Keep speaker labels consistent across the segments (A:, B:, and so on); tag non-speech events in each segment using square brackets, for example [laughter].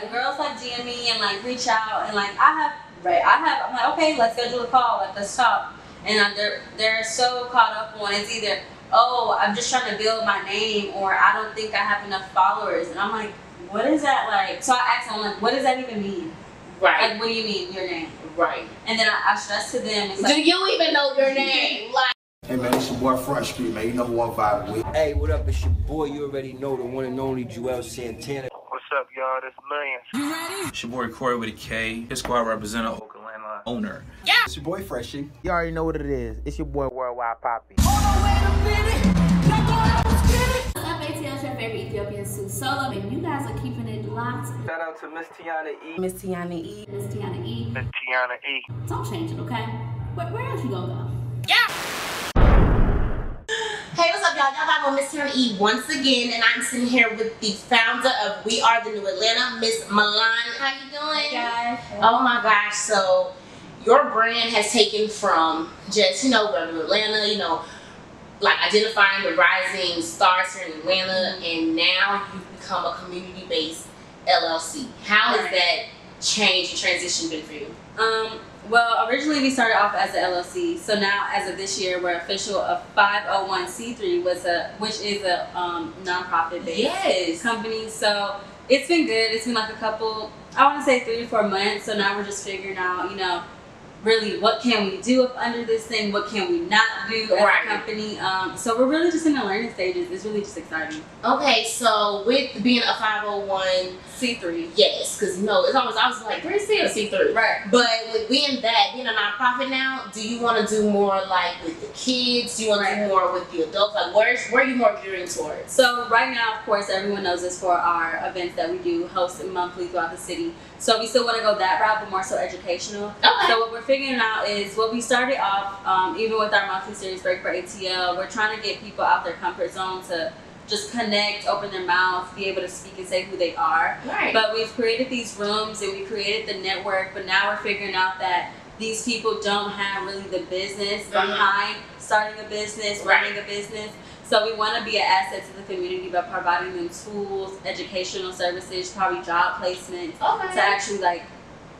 A: The girls like DM me and like reach out and like I have right I have I'm like okay let's schedule a call like let's talk and I, they're they're so caught up on it's either oh I'm just trying to build my name or I don't think I have enough followers and I'm like what is that like so I ask them like what does that even mean
B: Right.
A: like what do you mean your name
B: Right.
A: and then I, I stress to them it's
B: Do
A: like
B: you even know your name? Like,
C: Hey man, it's your boy Front Street, man. You know who I'm vibing with.
D: Hey, what up? It's your boy. You already know the one and only Joel Santana.
E: What's up, y'all? This Millions.
F: It's your boy Corey with a K. His squad representative, Oakland Landline owner.
C: It's your boy Freshie.
G: You already know what it is. It's your boy Worldwide Poppy.
H: What's up, ATL? It's your favorite Ethiopian Sue Solo, and you guys are keeping it locked.
D: Shout out to Miss Tiana E.
A: Miss Tiana E
H: Miss Tiana E.
E: This Tiana E.
H: Don't change it, okay? Where, where else you gonna
B: hey, what's up, y'all? Y'all back on Miss Tiana E once again, and I'm sitting here with the founder of We Are the New Atlanta, Miss Milan. How you doing? Oh my gosh, so your brand has taken from just, you know, we're in Atlanta, you know, like identifying the rising stars here in Atlanta, and now you've become a community based LLC. How has
A: Right.
B: that change and transition been for you?
A: Um, well, originally we started off as a LLC. So now, as of this year, we're official of 501c3, was a which is a um, nonprofit based
B: Yes.
A: company. So it's been good. It's been like a couple, I want to say three to four months. So now we're just figuring out, you know, really what can we do up under this thing? What can we not do as
B: Right.
A: a company? Um, so we're really just in the learning stages. It's really just exciting.
B: Okay, so with being a 501,
A: C3.
B: yes, because you know, it's always, I was like, 3C or C3?
A: Right.
B: But with being that, being a nonprofit now, do you want to do more like with the kids? Do you want to do
A: Right.
B: more with the adults? Like, where's where are you more gearing towards?
A: So right now, of course, everyone knows this for our events that we do host monthly throughout the city. So we still want to go that route, but more so educational.
B: Okay.
A: So what we're figuring out is what we started off, um, even with our monthly series break for ATL, we're trying to get people out their comfort zone to just connect, open their mouth, be able to speak and say who they are.
B: right.
A: But we've created these rooms and we created the network, but now we're figuring out that these people don't have really the business
B: Mhm.
A: behind starting a business,
B: Right.
A: running a business. So we want to be an asset to the community by providing them tools, educational services, probably job placement
B: okay.
A: to actually like,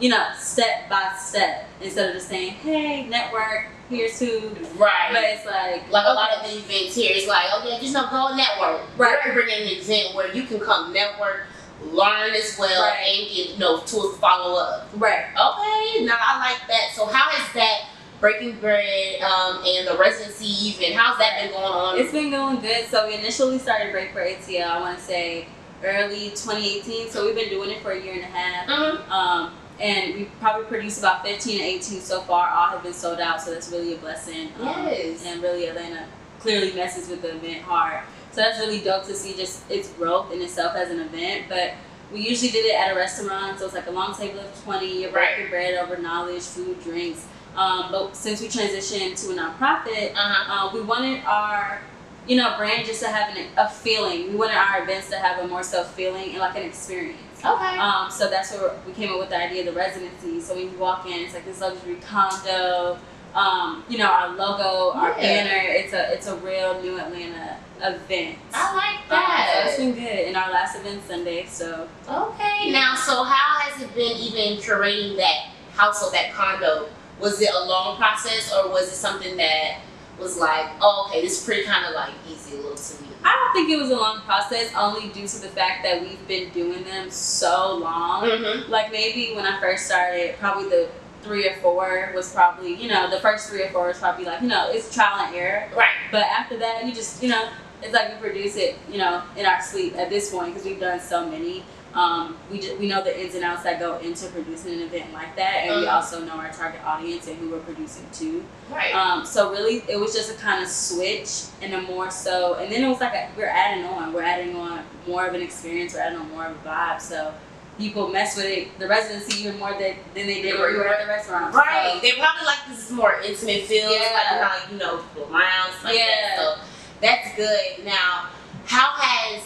A: you know, step by step instead of just saying, hey, network, here's who.
B: right.
A: But it's like,
B: like a lot of the events here, it's like, okay, just no go network.
A: Right.
B: We're bringing an event where you can come network, learn as well,
A: Right.
B: and get you know tools to follow up.
A: right.
B: Okay, now I like that. So how has that breaking bread um, and the residency even? How's that been going on?
A: It's been going good. So we initially started Break for ATL, I want to say early 2018. So we've been doing it for a year and a half.
B: Mhm.
A: Um, and we probably produced about 15 to 18 so far. All have been sold out. So that's really a blessing. Um,
B: Yes.
A: and really, Atlanta clearly messes with the event hard. So that's really dope to see just its growth in itself as an event. But we usually did it at a restaurant. So it's like a long table of 20. You're
B: Right.
A: breaking bread over knowledge, food, drinks. Um, but since we transitioned to a nonprofit,
B: uh-huh.
A: uh, we wanted our, you know, brand just to have an, a feeling. We wanted our events to have a more so feeling and like an experience.
B: Okay.
A: Um, so that's where we came up with the idea of the residency. So when you walk in, it's like this luxury condo. Um, you know, our logo, our
B: Yeah.
A: banner. It's a it's a real New Atlanta event.
B: I like
A: Um, so
B: that.
A: it's been good. And our last event Sunday, so
B: Okay, now so how has it been even curating that household, that condo? Was it a long process or was it something that was like, oh, okay, this is pretty kind of like easy little to me?
A: I don't think it was a long process, only due to the fact that we've been doing them so long.
B: Mm-hmm.
A: like maybe when I first started, probably the three or four was probably you know the first three or four was probably like you know it's trial and error.
B: Right.
A: But after that, you just you know it's like we produce it you know in our sleep at this point because we've done so many. Um, we just, we know the ins and outs that go into producing an event like that, and we
B: Uh-huh.
A: also know our target audience and who we're producing to.
B: Right.
A: Um, so really, it was just a kind of switch and a more so, and then it was like a, we're adding on, we're adding on more of an experience, we're adding on more of a vibe. So people mess with it, the residency even more than, than they did when we were at the restaurant.
B: Right. They probably like this is more intimate feel. It's
A: Yeah.
B: Like you're not like, you know, people around, stuff like that.
A: Yeah.
B: So that's good. Now, how has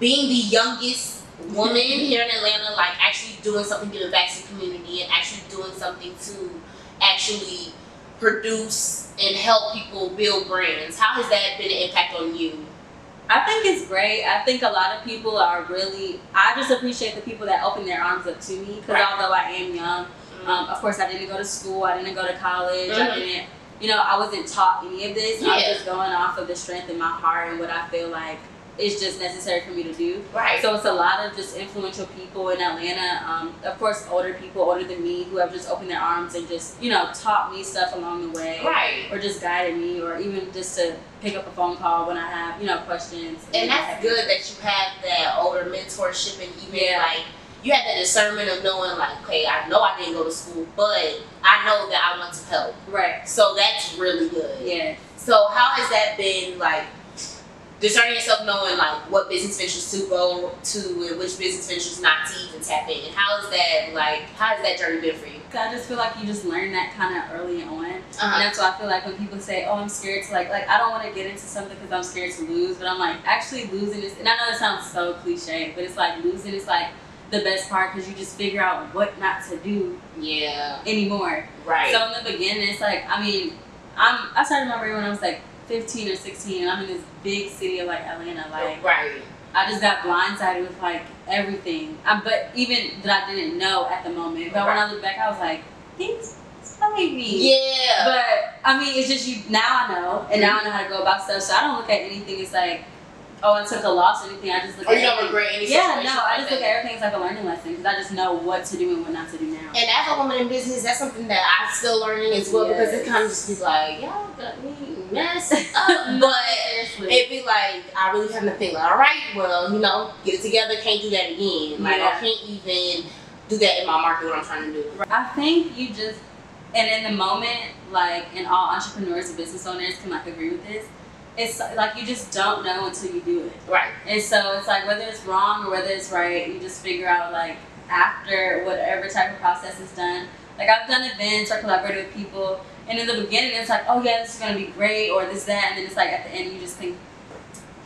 B: being the youngest
A: [laughs]
B: woman here in Atlanta, like actually doing something giving back to the community and actually doing something to actually produce and help people build brands, how has that been an impact on you?
A: I think it's great. I think a lot of people are really. I just appreciate the people that open their arms up to me because
B: Right. Mm-hmm.
A: although I am young, um, of course I didn't go to school. I didn't go to college.
B: Mhm.
A: I didn't. You know, I wasn't taught any of this. I was
B: Yeah.
A: just going off of the strength in my heart and what I feel like is just necessary for me to do.
B: Right.
A: So it's a lot of just influential people in Atlanta. Um, of course, older people, older than me, who have just opened their arms and just you know taught me stuff along the way,
B: right.
A: or just guided me, or even just to pick up a phone call when I have you know questions.
B: And that's good that you have that older mentorship and even
A: Yeah.
B: like you have that discernment of knowing like, okay, I know I didn't go to school, but I know that I want to help.
A: right?
B: So that's really good.
A: Yeah.
B: So how has that been like discerning yourself, knowing like what business ventures to go to and which business ventures not to even tap in? And how is that like? How has that journey been for you?
A: So I just feel like you just learn that kind of early on, and
B: Uh-huh.
A: that's why I feel like when people say, "Oh, I'm scared to like like I don't want to get into something because I'm scared to lose," but I'm like actually losing is, and I know it sounds so cliche, but it's like losing is like the best part because you just figure out what not to do
B: Yeah.
A: anymore.
B: Right.
A: So in the beginning, it's like I mean, I'm I started my career when I was like 15 or 16, and I'm in this big city of like Atlanta. Like
B: right.
A: I just got blindsided with like everything. I, but even that I didn't know at the moment. But when I look back, I was like, things it's probably me.
B: Yeah.
A: But I mean, it's just you now. I know, and now I know how to go about stuff. So I don't look at anything. It's like, oh, I took a loss or anything. I just look.
B: or
A: at
B: Oh, you don't
A: everything-
B: regret any
A: Yeah,
B: situation
A: no. I
B: like
A: just
B: that.
A: look at everything as like a learning lesson because I just know what to do and what not to do now.
B: And as a woman in business, that's something that I'm still learning as well because it kind of just be like, y'all got me messed
A: [laughs]
B: up. but
A: Seriously.
B: it'd be like, I really kind of feel like, all right, well, you know, get it together, can't do that again. Like, I
A: Yeah.
B: can't even do that in my market, what I'm trying to do.
A: I think you just, and in the moment, like, and all entrepreneurs and business owners can like agree with this. It's like you just don't know until you do it,
B: Right.
A: and so it's like whether it's wrong or whether it's right, you just figure out like after whatever type of process is done. Like I've done events or collaborated with people, and in the beginning it's like, oh yeah, this is gonna be great or this that, and then it's like at the end you just think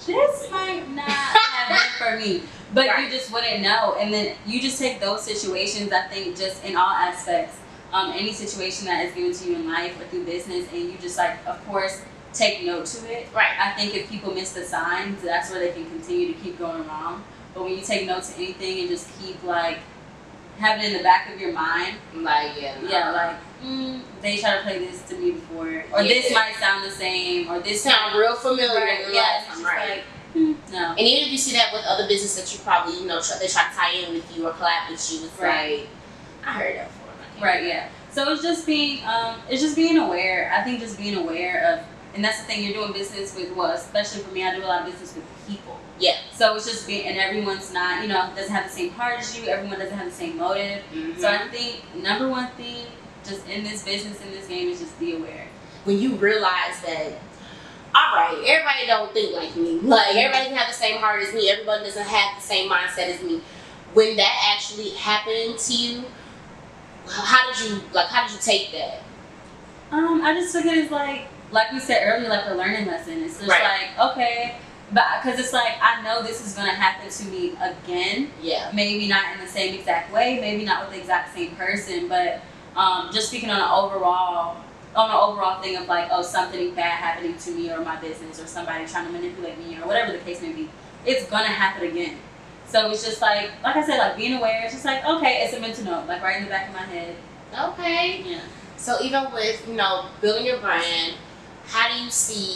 A: this might not happen for me, but
B: Right.
A: you just wouldn't know, and then you just take those situations. I think just in all aspects, um, any situation that is given to you in life or through business, and you just like, of course, take note to it.
B: Right.
A: I think if people miss the signs, that's where they can continue to keep going wrong. But when you take notes to anything and just keep like having it in the back of your mind,
B: I'm like, yeah. Uh-huh. no.
A: yeah, like mm, they try to play this to me before, or
B: Yeah.
A: this might sound the same, or
B: It
A: this
B: sound real familiar.
A: right,
B: you're
A: yeah,
B: like,
A: it's just
B: right.
A: like hmm, no,
B: and even if you see that with other business that you probably, you know, try, they try to tie in with you or collab with you, it's
A: Right.
B: like, I heard that before. and I can't
A: right, yeah. So it's just being, um, it's just being aware. I think just being aware of, and that's the thing you're doing business with. Well, especially for me, I do a lot of business with people.
B: Yeah.
A: So it's just being, and everyone's not, you know, doesn't have the same heart as you. Everyone doesn't have the same motive.
B: Mhm.
A: So I think number one thing, just in this business, in this game, is just be aware.
B: when you realize that all right everybody don't think like me like everybody doesn't have the same heart as me everybody doesn't have the same mindset as me when that actually happened to you how did you like how did you take that
A: Um, I just took it as like, like we said earlier, like a learning lesson. It's just
B: Right.
A: like okay, but because it's like I know this is gonna happen to me again.
B: yeah
A: maybe not in the same exact way, maybe not with the exact same person, but um, just speaking on an overall on an overall thing of like, oh, something bad happening to me or my business or somebody trying to manipulate me or whatever the case may be, it's gonna happen again. So it's just like, like I said, like being aware. It's just like, okay, it's a mental note, like right in the back of my head.
B: okay
A: Yeah.
B: so even with you know building your brand how do you see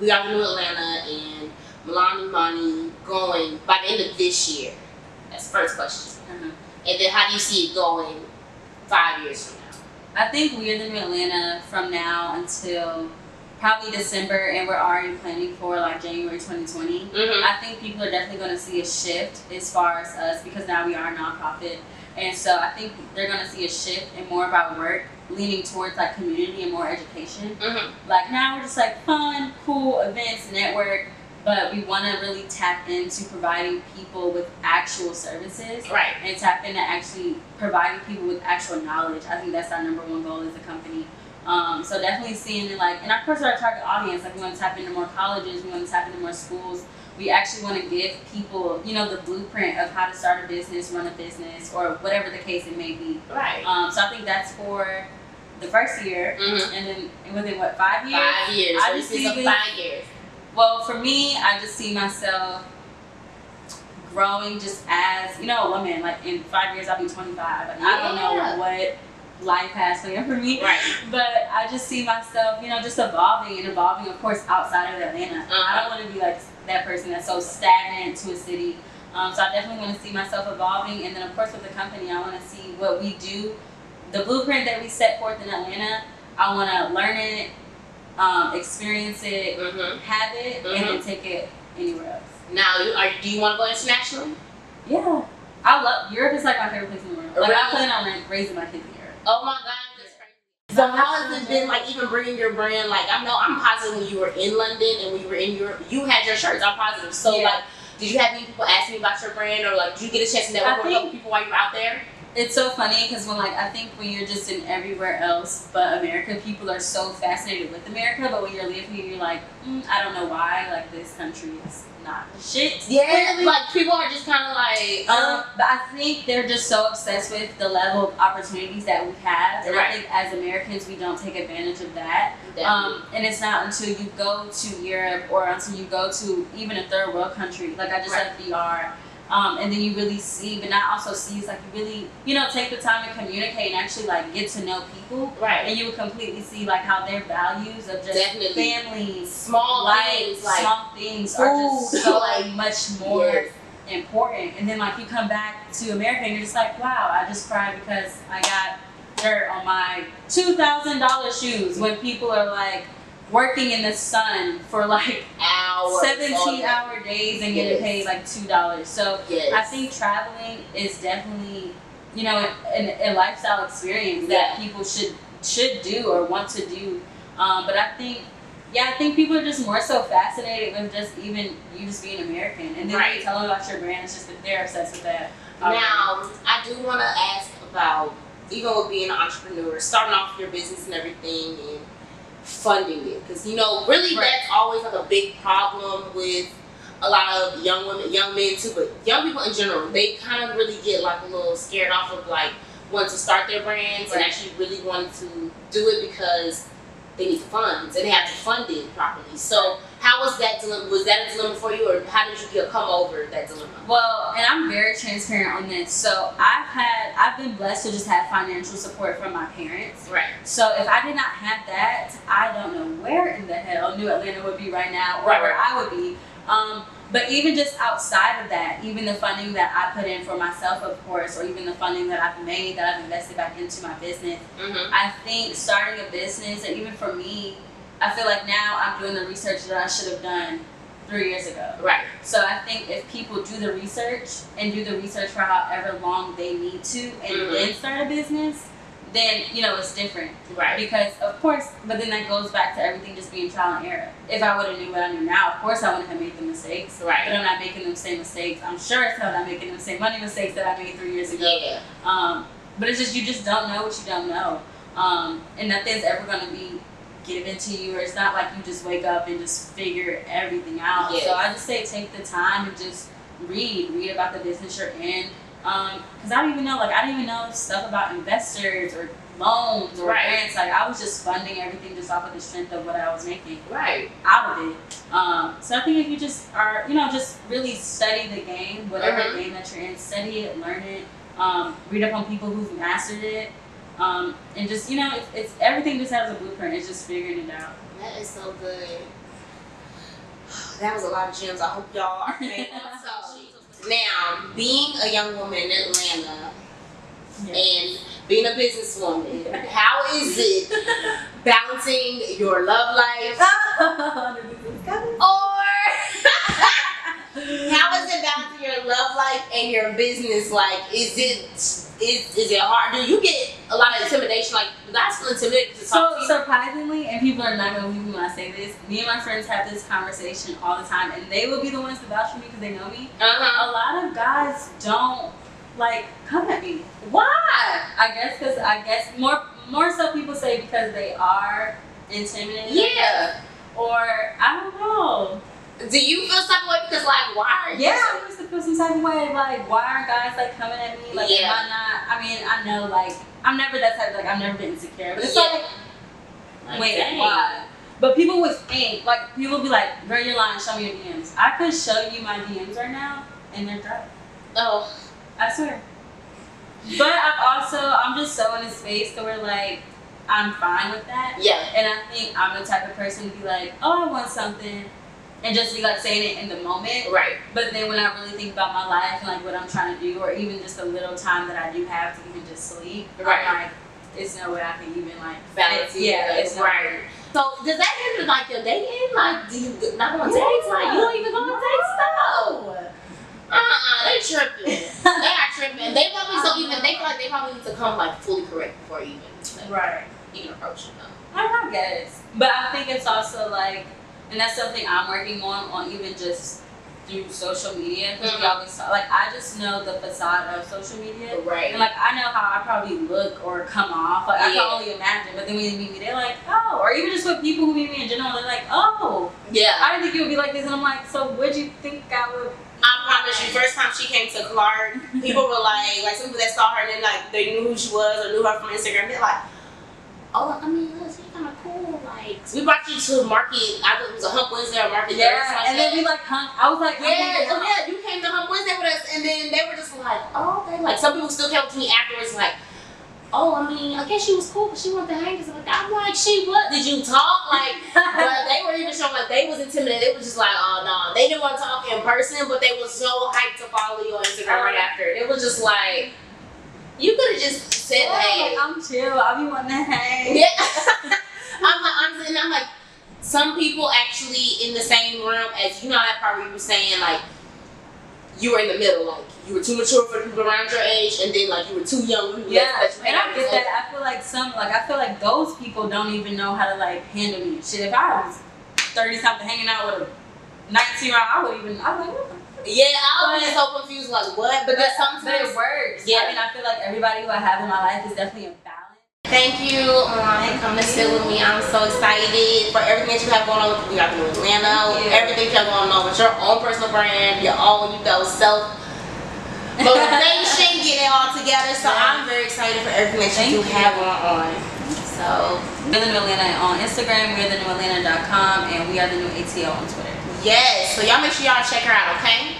B: we are new atlanta and milani money going by the end of this year that's the first question
A: Uh-huh.
B: and then how do you see it going five years from
A: I
B: now
A: think we're the new Atlanta from now until probably December, and we're already planning for like January 2020.
B: Mm-hmm.
A: I think people are definitely going to see a shift as far as us because now we are a nonprofit. And so I think they're going to see a shift and more of our work leaning towards like community and more education.
B: Mhm.
A: Like now we're just like fun, cool events, network, but we want to really tap into providing people with actual services
B: Right.
A: and tap into actually providing people with actual knowledge. I think that's our number one goal as a company. Um, so definitely seeing like, and of course our target audience, like we want to tap into more colleges, we want to tap into more schools. We actually want to give people, you know, the blueprint of how to start a business, run a business, or whatever the case it may be.
B: Right.
A: Um, so I think that's for the first year,
B: Mm-hmm.
A: and then within what five years,
B: Five years.
A: I
B: So
A: just
B: this is
A: see
B: a
A: this-
B: five years.
A: Well, for me, I just see myself growing just as, you know, a woman. Like in five years, I'll be 25. And I don't
H: Yeah.
A: know what life has planned for me.
B: Right.
A: But I just see myself, you know, just evolving and evolving, of course, outside of Atlanta. I don't want to be like that person that's so stagnant to a city. Um, so I definitely want to see myself evolving. And then, of course, with the company, I want to see what we do. The blueprint that we set forth in Atlanta, I want to learn it, um, experience it,
B: Mm-hmm.
A: have it, and then take it anywhere else.
B: Now, you are, do you want to go internationally?
A: Yeah. I love Europe is like my favorite place in the world. Like
B: Really?
A: I plan on like, raising my kids in Europe.
B: Oh my God, that's crazy. So how has it been like even bringing your brand? Like I know I'm positive when you were in London and when you were in Europe, you had your shirts. I'm positive. So
A: Yeah.
B: like, did you have any people ask me about your brand or like, did you get a chance to
A: I
B: network with a
A: think-
B: couple people while you were out there?
A: It's so funny because when like I think when you're just in everywhere else but America, people are so fascinated with America. But when you're living here, you're like, mm, I don't know why like this country is not the shit.
B: Yeah, like people are just kind of like,
A: Um, but I think they're just so obsessed with the level of opportunities that we have, and
B: Right.
A: I think as Americans we don't take advantage of that. Um, and it's not until you go to Europe or until you go to even a third world country, like I just
B: Right.
A: said, VR, um, and then you really see, but not also see, it's like you really, you know, take the time to communicate and actually like get to know people,
B: right.
A: and you will completely see like how their values of just
B: Definitely.
A: families,
B: Small
A: life,
B: things like
A: small things are
B: food,
A: just so
B: [laughs] like-
A: much more
B: Yes.
A: important. And then like you come back to America and you're just like, wow, I just cried because I got dirt on my two thousand dollar shoes when people are like working in the sun for like
B: hours,
A: seventeen hour days and getting
B: Yes.
A: paid like two dollars. So
B: Yes.
A: I think traveling is definitely you know an, a lifestyle experience that people should should do or want to do. Um, but I think yeah, I think people are just more so fascinated with just even you just being American, and then when
B: Right.
A: you tell them about your brand, it's just that they're obsessed with that. Um,
B: Now, I do want to ask about even with being an entrepreneur, starting off your business and everything, and funding it because you know, really,
A: Right.
B: that's always like a big problem with a lot of young women, young men too, but young people in general. They kind of really get like a little scared off of like wanting to start their brands and
A: Right.
B: actually really wanting to do it because they need funds and they have to fund it properly. So. How was that dilemma? Was that a dilemma for you, or how did you get come over that dilemma?
A: Well, and I'm very transparent on this. So I've had, I've been blessed to just have financial support from my parents.
B: Right.
A: So if I did not have that, I don't know where in the hell New Atlanta would be right now, or
B: Right,
A: where
B: right.
A: I would be. Um, but even just outside of that, even the funding that I put in for myself, of course, or even the funding that I've made that I've invested back into my business.
B: Mm-hmm.
A: I think starting a business, and even for me, I feel like now I'm doing the research that I should have done three years ago.
B: Right.
A: So I think if people do the research and do the research for however long they need to, and
B: Mhm.
A: then start a business, then you know it's different.
B: Right.
A: Because of course, but then that goes back to everything just being trial and error. If I would have knew what I knew now, of course I wouldn't have made the mistakes. But
B: Right.
A: I'm not making them same mistakes. I'm sure as hell not making the same money mistakes that I made three years ago.
B: Yeah.
A: Um, but it's just you just don't know what you don't know, um, and nothing's ever gonna be given to you, or it's not like you just wake up and just figure everything out.
B: Yes.
A: So I just say take the time and just read, read about the business you're in, because I don't even know, like I didn't even know stuff about investors or loans or
B: Right.
A: grants. Like I was just funding everything just off of the strength of what I was making
B: Right.
A: out of it. Um, so I think if you just are, you know, just really study the game, whatever
B: Mhm.
A: game that you're in, study it, learn it, um, read up on people who've mastered it, um, and just you know, it's, it's everything just has a blueprint. It's just figuring it out.
B: That is so good. That was a lot of gems. I hope y'all are [laughs] paying attention. Now, being a young woman in Atlanta and being a businesswoman, how is [laughs] it balancing your love life or how is it balancing your love life and your business life? Is it is, is it hard? Do you get a lot of intimidation? Like, do guys feel intimidated to talk
A: [laughs] So
B: to you?
A: surprisingly, and people are not gonna believe me when I say this, me and my friends have this conversation all the time, and they will be the ones to vouch for me because they know me. a
B: uh-huh.
A: lot of guys don't like come at me. Why? I guess because I guess more more so people say because they are intimidated.
B: Yeah.
A: Or I don't know.
B: Do you feel some way because like why are you
A: Yeah, I used to feel some type of way. Like, why are guys like coming at me? Like,
B: Yeah.
A: am I not? I mean, I know like I'm never that type. Like, I've never been insecure, but it's
B: Yeah.
A: like,
B: Like,
A: wait,
B: dang.
A: why? But people would think, like, people be like, girl, you're lying, show me your DMs. I could show you my DMs right now, and they're dry.
B: Oh,
A: I swear. But I'm also, I'm just so in a space to where, like, I'm fine with that.
B: yeah.
A: And I think I'm the type of person to be like, oh, I want something, and just be like saying it in the moment.
B: Right.
A: But then when I really think about my life and like what I'm trying to do, or even just the little time that I do have to even just sleep,
B: Right.
A: I'm like, it's no way I can even like
B: Balance.
A: it- Yeah, it's no-
B: right. So does that hinder like your dating? Like, do you not go on dates? Like, you don't even go on dates though. Uh uh
A: [laughs]
B: they tripping. they are tripping. They probably so even
A: Uh-huh.
B: they feel like they probably need to come like fully correct before you even like,
A: Right.
B: even approach you though.
A: I I guess, but I think it's also like, and that's something I'm working on, on even just through social media. Because we
B: Mhm.
A: always talk, like I just know the facade of social media.
B: Right.
A: And like I know how I probably look or come off. Like I
B: Yeah.
A: can only imagine. But then when they meet me, they're like, oh, or even just with people who meet me in general, they're like, oh,
B: yeah.
A: I didn't think it would be like this. And I'm like, so would you think I would?
B: I promise you, first time she came to Clark, people were like, like some people that saw her and then like they knew who she was or knew her from Instagram, they're like, oh, I mean, look, she's kind of cool. Like, we brought you to market. I think it was a Hump Wednesday or Market Day or something
A: Yeah.
B: like
A: And then
B: that.
A: we like hung. I was like, oh my
B: Yeah,
A: God.
B: oh yeah, you came to Hump Wednesday with us, and then they were just like, oh, okay. Like some people still came up to me afterwards, like, oh, I mean, I guess she was cool, but she wanted to hang us. Like, I'm like, she what? Did you talk? Like, but they were even showing like they was intimidated. They was just like, oh no, they didn't want to talk in person, but they was so hyped to follow you on Instagram
A: Um,
B: right after. It was just like, you could have just
A: [laughs]
B: said, [laughs] hey,
A: Oh, I'm chill. I be wanting to hang.
B: yeah. [laughs] I'm like, I'm sitting, I'm like, some people actually in the same room as you know that part where you were saying like you were in the middle, like you were too mature for the people around your age, and then like you were too young. for people
A: Yeah,
B: that you
A: and I
B: hang out
A: get
B: with.
A: that. I feel like some, like I feel like those people don't even know how to like handle me. Shit, if I was thirty something hanging out with a nineteen year old, I would even. I'm like, what the
B: Yeah, I
A: But-
B: was just so confused, like what? But then
A: but it
B: sometimes.
A: works.
B: Yeah.
A: I mean, I feel like everybody who I have in my life is definitely a balance.
B: Thank you. Um, come to sit with me. I'm so excited for everything that you have going on with We Are New Atlanta,
A: Thank you.
B: everything you have going on with your own personal brand, your own, you know, self motivation, get it all together. So I'm very excited for everything that
A: Thank
B: you do
A: you.
B: have going on. So
A: We're the New Atlanta on Instagram. We're the New Atlanta.com, and we are the New ATL on Twitter.
B: yes. So y'all make sure y'all check her out, okay?